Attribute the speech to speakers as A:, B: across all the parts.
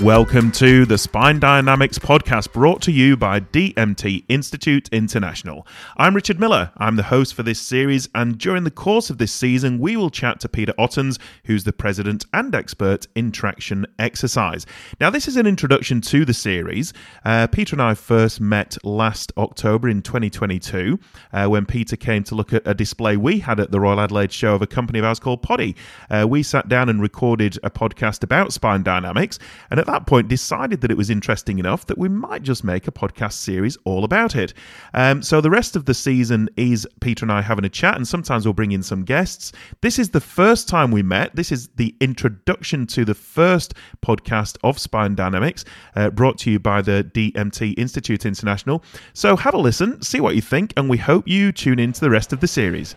A: Welcome to the Spine Dynamics podcast brought to you by DMT Institute International. I'm Richard Miller. I'm the host for this series, and during the course of this season, we will chat to Peter Ottens, who's the president and expert in traction exercise. Now, this is an introduction to the series. Uh, Peter and I first met last October in 2022 uh, when Peter came to look at a display we had at the Royal Adelaide show of a company of ours called Poddy. Uh, we sat down and recorded a podcast about spine dynamics, and at that point decided that it was interesting enough that we might just make a podcast series all about it. Um, so the rest of the season is Peter and I having a chat, and sometimes we'll bring in some guests. This is the first time we met. This is the introduction to the first podcast of Spine Dynamics, uh, brought to you by the DMT Institute International. So have a listen, see what you think, and we hope you tune into the rest of the series.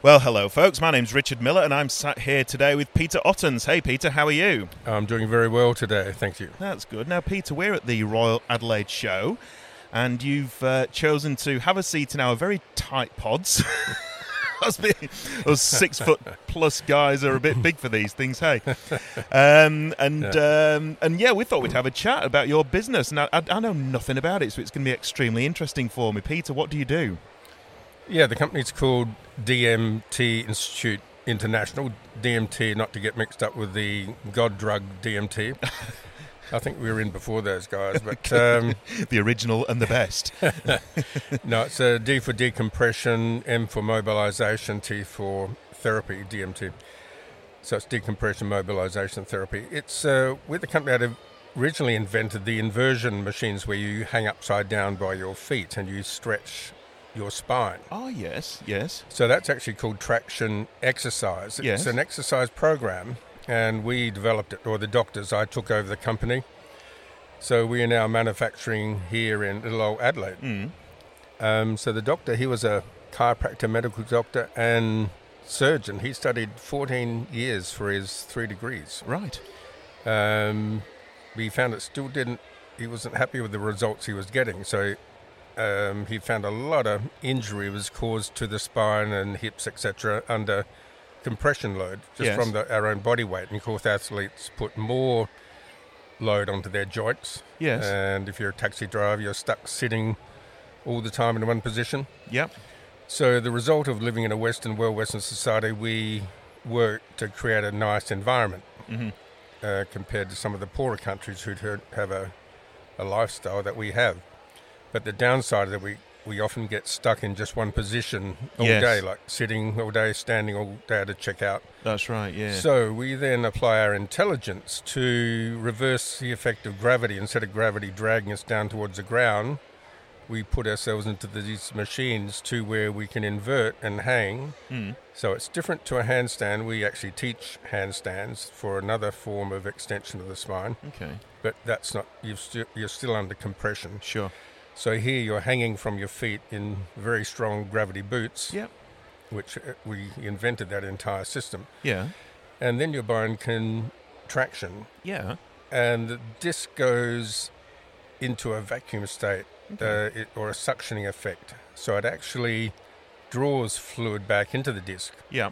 A: Well, hello, folks. My name's Richard Miller, and I'm sat here today with Peter Ottens. Hey, Peter, how are you?
B: I'm um, doing very well today, thank you.
A: That's good. Now, Peter, we're at the Royal Adelaide Show, and you've uh, chosen to have a seat in our very tight pods. Us be- us six foot plus guys are a bit big for these things, hey. Um, and um, and yeah, we thought we'd have a chat about your business. Now I, I know nothing about it, so it's going to be extremely interesting for me. Peter, what do you do?
B: Yeah, the company's called DMT Institute International. DMT, not to get mixed up with the God drug DMT. I think we were in before those guys, but um,
A: The original and the best.
B: no, it's a D for decompression, M for mobilization, T for therapy, DMT. So it's decompression, mobilization, therapy. It's uh, with the company that originally invented the inversion machines where you hang upside down by your feet and you stretch your spine.
A: oh yes, yes.
B: So that's actually called traction exercise. It's
A: Yes.
B: an exercise program, and we developed it, or the doctors. I took over the company, so we are now manufacturing here in little old Adelaide.
A: Mm.
B: Um, so the doctor, he was a chiropractor, medical doctor, and surgeon. He studied 14 years for his three degrees.
A: Right.
B: Um, he found it still didn't. He wasn't happy with the results he was getting, so um, he found a lot of injury was caused to the spine and hips, etc., under compression load just
A: Yes.
B: from the, our own body weight. And of course, athletes put more load onto their joints.
A: Yes.
B: And if you're a taxi driver, you're stuck sitting all the time in one position.
A: Yep.
B: So the result of living in a Western, well Western society, we work to create a nice environment
A: Mhm.
B: uh, compared to some of the poorer countries who have a, a lifestyle that we have. But the downside is that we, we often get stuck in just one position all
A: Yes.
B: day, like sitting all day, standing all day at a checkout.
A: That's right. Yeah.
B: So we then apply our intelligence to reverse the effect of gravity. Instead of gravity dragging us down towards the ground, we put ourselves into these machines to where we can invert and hang.
A: Mm.
B: So it's different to a handstand. We actually teach handstands for another form of extension of the spine,
A: Okay.
B: but that's not you've stu- you're still under compression.
A: Sure.
B: So here you're hanging from your feet in very strong gravity boots,
A: Yep.
B: which uh, we invented that entire system
A: Yeah.
B: and then your bone can traction
A: Yeah.
B: and the disc goes into a vacuum state uh, it, or a suctioning effect so it actually draws fluid back into the disc
A: Yeah.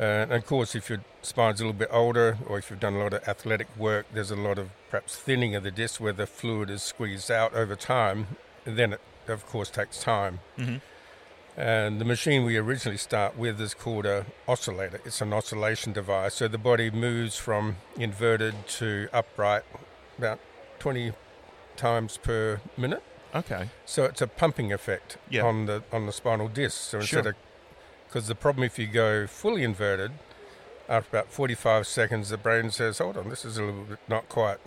B: uh, and of course if your spine's a little bit older or if you've done a lot of athletic work there's a lot of perhaps thinning of the disc where the fluid is squeezed out over time and then it of course takes time
A: Mhm.
B: and the machine we originally start with is called a oscillator. It's an oscillation device. So the body moves from inverted to upright about 20 times per minute.
A: Okay.
B: So it's a pumping effect
A: Yeah.
B: on the on the spinal disc. So instead
A: Sure.
B: of because the problem if you go fully inverted after about 45 seconds the brain says, "Hold on, this is a little bit not quite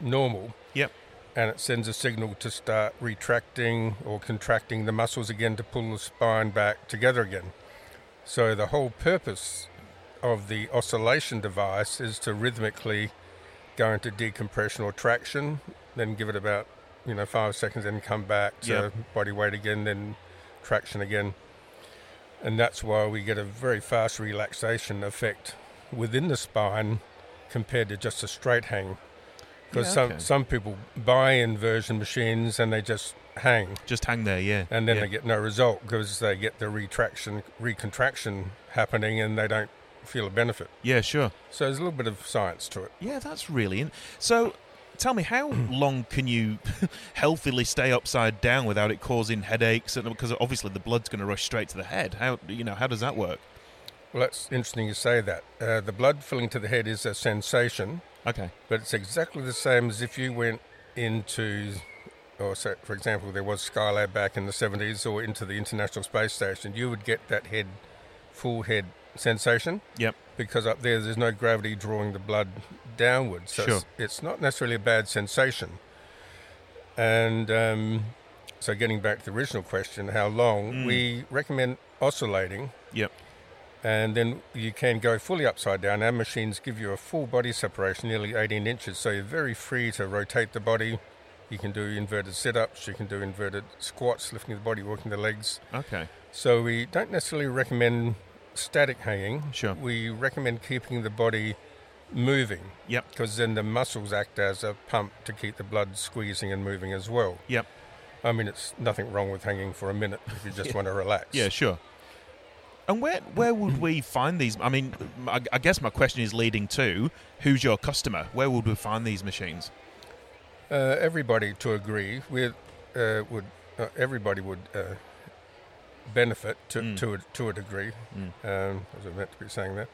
B: normal."
A: Yep.
B: and it sends a signal to start retracting or contracting the muscles again to pull the spine back together again. So, the whole purpose of the oscillation device is to rhythmically go into decompression or traction, then give it about you know five seconds, then come back to body weight again, then traction again. And that's why we get a very fast relaxation effect within the spine compared to just a straight hang. Because
A: Yeah, okay.
B: some, some people buy inversion machines and they just hang
A: Just hang there. Yeah.
B: and then
A: yeah.
B: they get no result because they get the retraction, recontraction happening and they don't feel a benefit.
A: Yeah, sure.
B: So there's a little bit of science to it.
A: Yeah, that's really. In- so, tell me, how long can you healthily stay upside down without it causing headaches? And because obviously the blood's going to rush straight to the head. How you know? How does that work?
B: Well, that's interesting you say that. Uh, the blood filling to the head is a sensation,
A: Okay.
B: but it's exactly the same as if you went into, or say, for example, there was Skylab back in the 70s or into the International Space Station, you would get that head, full head sensation
A: Yep.
B: because up there there's no gravity drawing the blood downward. So it's, it's not necessarily a bad sensation. And um, so, getting back to the original question, how long,
A: Mm.
B: we recommend oscillating.
A: Yep.
B: And then you can go fully upside down. Our machines give you a full body separation, nearly 18 inches. So you're very free to rotate the body. You can do inverted sit ups, you can do inverted squats, lifting the body, walking the legs.
A: Okay.
B: So we don't necessarily recommend static hanging.
A: Sure.
B: We recommend keeping the body moving.
A: Yep.
B: Because then the muscles act as a pump to keep the blood squeezing and moving as well.
A: Yep.
B: I mean, it's nothing wrong with hanging for a minute if you just want to relax.
A: Yeah, sure. And where where would we find these? I mean, I, I guess my question is leading to who's your customer? Where would we find these machines?
B: Uh, everybody to agree with uh, would uh, everybody would uh, benefit to
A: Mm.
B: to a, to a degree.
A: Mm.
B: Um, as I meant to be saying that.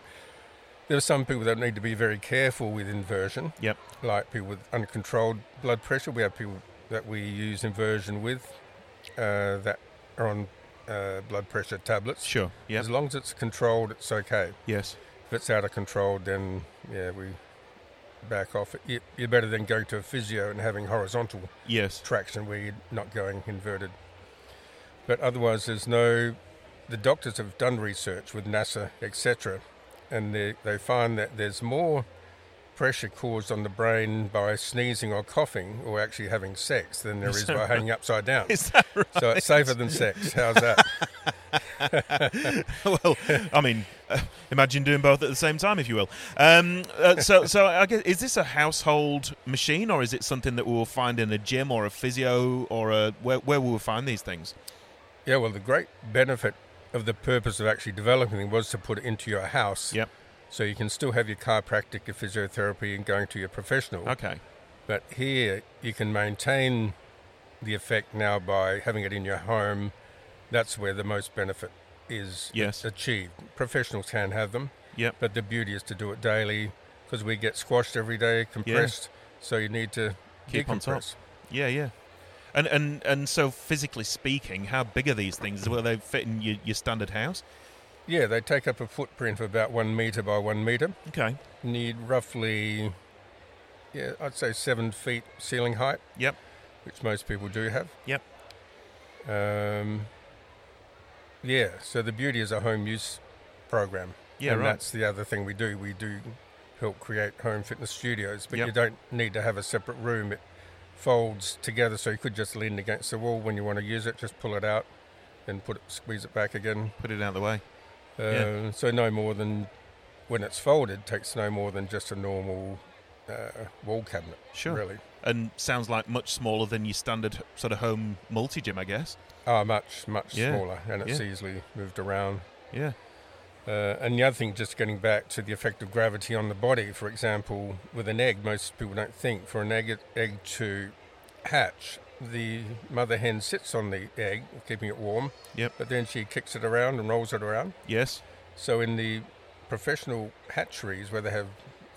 B: There are some people that need to be very careful with inversion.
A: Yep.
B: Like people with uncontrolled blood pressure. We have people that we use inversion with uh, that are on uh, blood pressure tablets.
A: Sure. Yeah.
B: As long as it's controlled, it's okay.
A: Yes.
B: If it's out of control, then yeah, we back off. You- You're better than going to a physio and having horizontal
A: Yes.
B: traction where you're not going inverted. But otherwise, there's no. The doctors have done research with NASA, etc., and they, they find that there's more pressure caused on the brain by sneezing or coughing or actually having sex than there is by hanging upside down.
A: Is that right?
B: So it's safer than sex. How's that?
A: well, I mean, uh, imagine doing both at the same time, if you will. Um, uh, so, so I guess is this a household machine, or is it something that we will find in a gym or a physio or a where where we will find these things?
B: Yeah, well, the great benefit of the purpose of actually developing it was to put it into your house.
A: Yep.
B: So you can still have your chiropractic, your physiotherapy, and going to your professional.
A: Okay.
B: But here you can maintain the effect now by having it in your home. That's where the most benefit is
A: Yes.
B: achieved. Professionals can have them,
A: Yep.
B: but the beauty is to do it daily because we get squashed every day, compressed. So you need to
A: Keep on top.
B: decompress.
A: Yeah. Yeah. And, and and so physically speaking, how big are these things? Will they fit in your, your standard house?
B: Yeah, they take up a footprint of about one meter by one meter.
A: Okay.
B: Need roughly, yeah, I'd say seven feet ceiling height,
A: Yep.
B: which most people do have.
A: Yep.
B: Um, yeah, so the beauty is a home use program.
A: Yeah.
B: and
A: right.
B: that's the other thing we do. We do help create home fitness studios, but
A: Yep.
B: you don't need to have a separate room. It folds together, so you could just lean against the wall when you want to use it. Just pull it out, then put it, squeeze it back again.
A: Put it out of the way.
B: Uh,
A: Yeah.
B: So no more than when it's folded takes no more than just a normal uh, wall cabinet.
A: Sure.
B: Really.
A: And sounds like much smaller than your standard sort of home multi gym, I guess.
B: Ah, much much
A: Yeah.
B: smaller, and it's easily moved around.
A: Yeah.
B: Uh, and the other thing, just getting back to the effect of gravity on the body, for example, with an egg, most people don't think for an egg, egg to hatch, the mother hen sits on the egg, keeping it warm.
A: Yep.
B: But then she kicks it around and rolls it around.
A: Yes.
B: So in the professional hatcheries where they have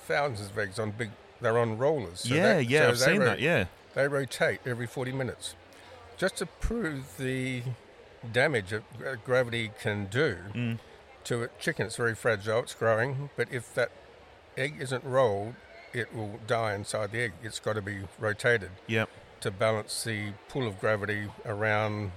B: thousands of eggs on big, they're on rollers. So
A: yeah.
B: that-
A: yeah.
B: so
A: I've
B: they
A: seen
B: ro-
A: that. Yeah.
B: They rotate every 40 minutes, just to prove the damage that gra- gravity can do
A: Mm.
B: to a chicken. It's very fragile, it's growing, but if that egg isn't rolled, it will die inside the egg. It's got to be rotated
A: Yep.
B: to balance the pull of gravity around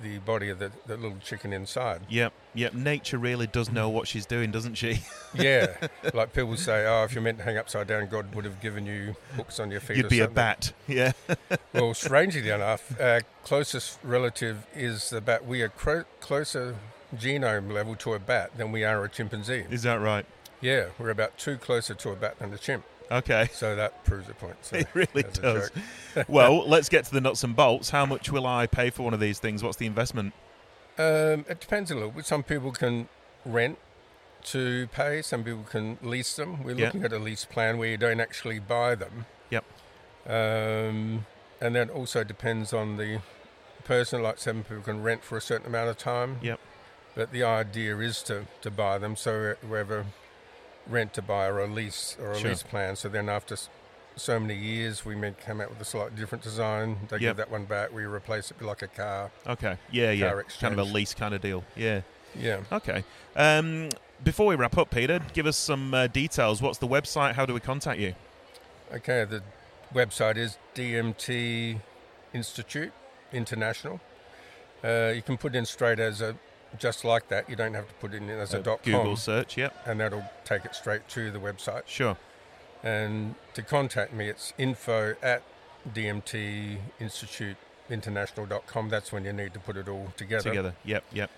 B: the body of the, the little chicken inside.
A: Yep, yep. Nature really does know what she's doing, doesn't she?
B: Yeah, like people say, oh, if you meant to hang upside down, God would have given you hooks on your feet.
A: You'd
B: or
A: be a
B: something."
A: bat. Yeah.
B: Well, strangely enough, our closest relative is the bat. We are cro- closer genome level to a bat than we are a chimpanzee.
A: Is that right?
B: Yeah, we're about two closer to a bat than a chimp.
A: Okay.
B: So that proves a point. So
A: It really
B: that's a
A: does.
B: joke.
A: well, let's get to the nuts and bolts. How much will I pay for one of these things? What's the investment?
B: Um, it depends a little. bit. Some people can rent to pay. Some people can lease them. We're
A: Yeah.
B: looking at a lease plan where you don't actually buy them.
A: Yep.
B: Um, and then also depends on the person. Like some people can rent for a certain amount of time.
A: Yep.
B: But the idea is to, to buy them. So we have a rent to buy or a lease or a
A: Sure.
B: lease plan. So then after s- so many years, we may come out with a slightly different design. They
A: Yep.
B: give that one back. We replace it with like a car.
A: Okay. Yeah, yeah.
B: Car
A: Kind of a
B: exchange.
A: lease kind of deal. Yeah.
B: Yeah.
A: Okay. Um, before we wrap up, Peter, give us some uh, details. What's the website? How do we contact you?
B: Okay, the website is DMT Institute International. Uh, you can put in straight as a just like that. You don't have to put in as a
A: Uh,
B: dot
A: Google
B: com,
A: search. Yep.
B: and that'll take it straight to the website.
A: Sure.
B: And to contact me, it's info at DMT Institute international.com that's when you need to put it all together,
A: Together. Yep. Yep.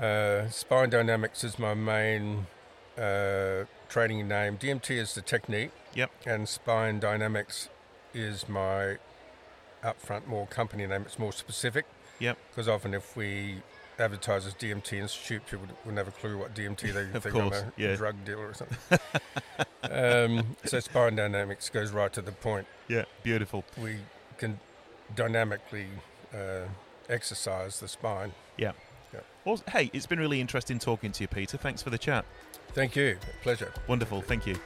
B: Uh, spine dynamics is my main uh, trading name dmt is the technique
A: Yep.
B: and Spine Dynamics is my upfront more company name. It's more specific.
A: Yep.
B: Because often if we advertise as DMT Institute, people wouldn't have a clue what DMT they
A: Of
B: think
A: course,
B: I'm a
A: yeah.
B: drug dealer or something. um, so Spine Dynamics goes right to the point.
A: Yeah. Beautiful.
B: We can dynamically uh, exercise the spine.
A: Well, hey, it's been really interesting talking to you, Peter. Thanks for the chat.
B: Thank you. Pleasure.
A: Wonderful. Thank you.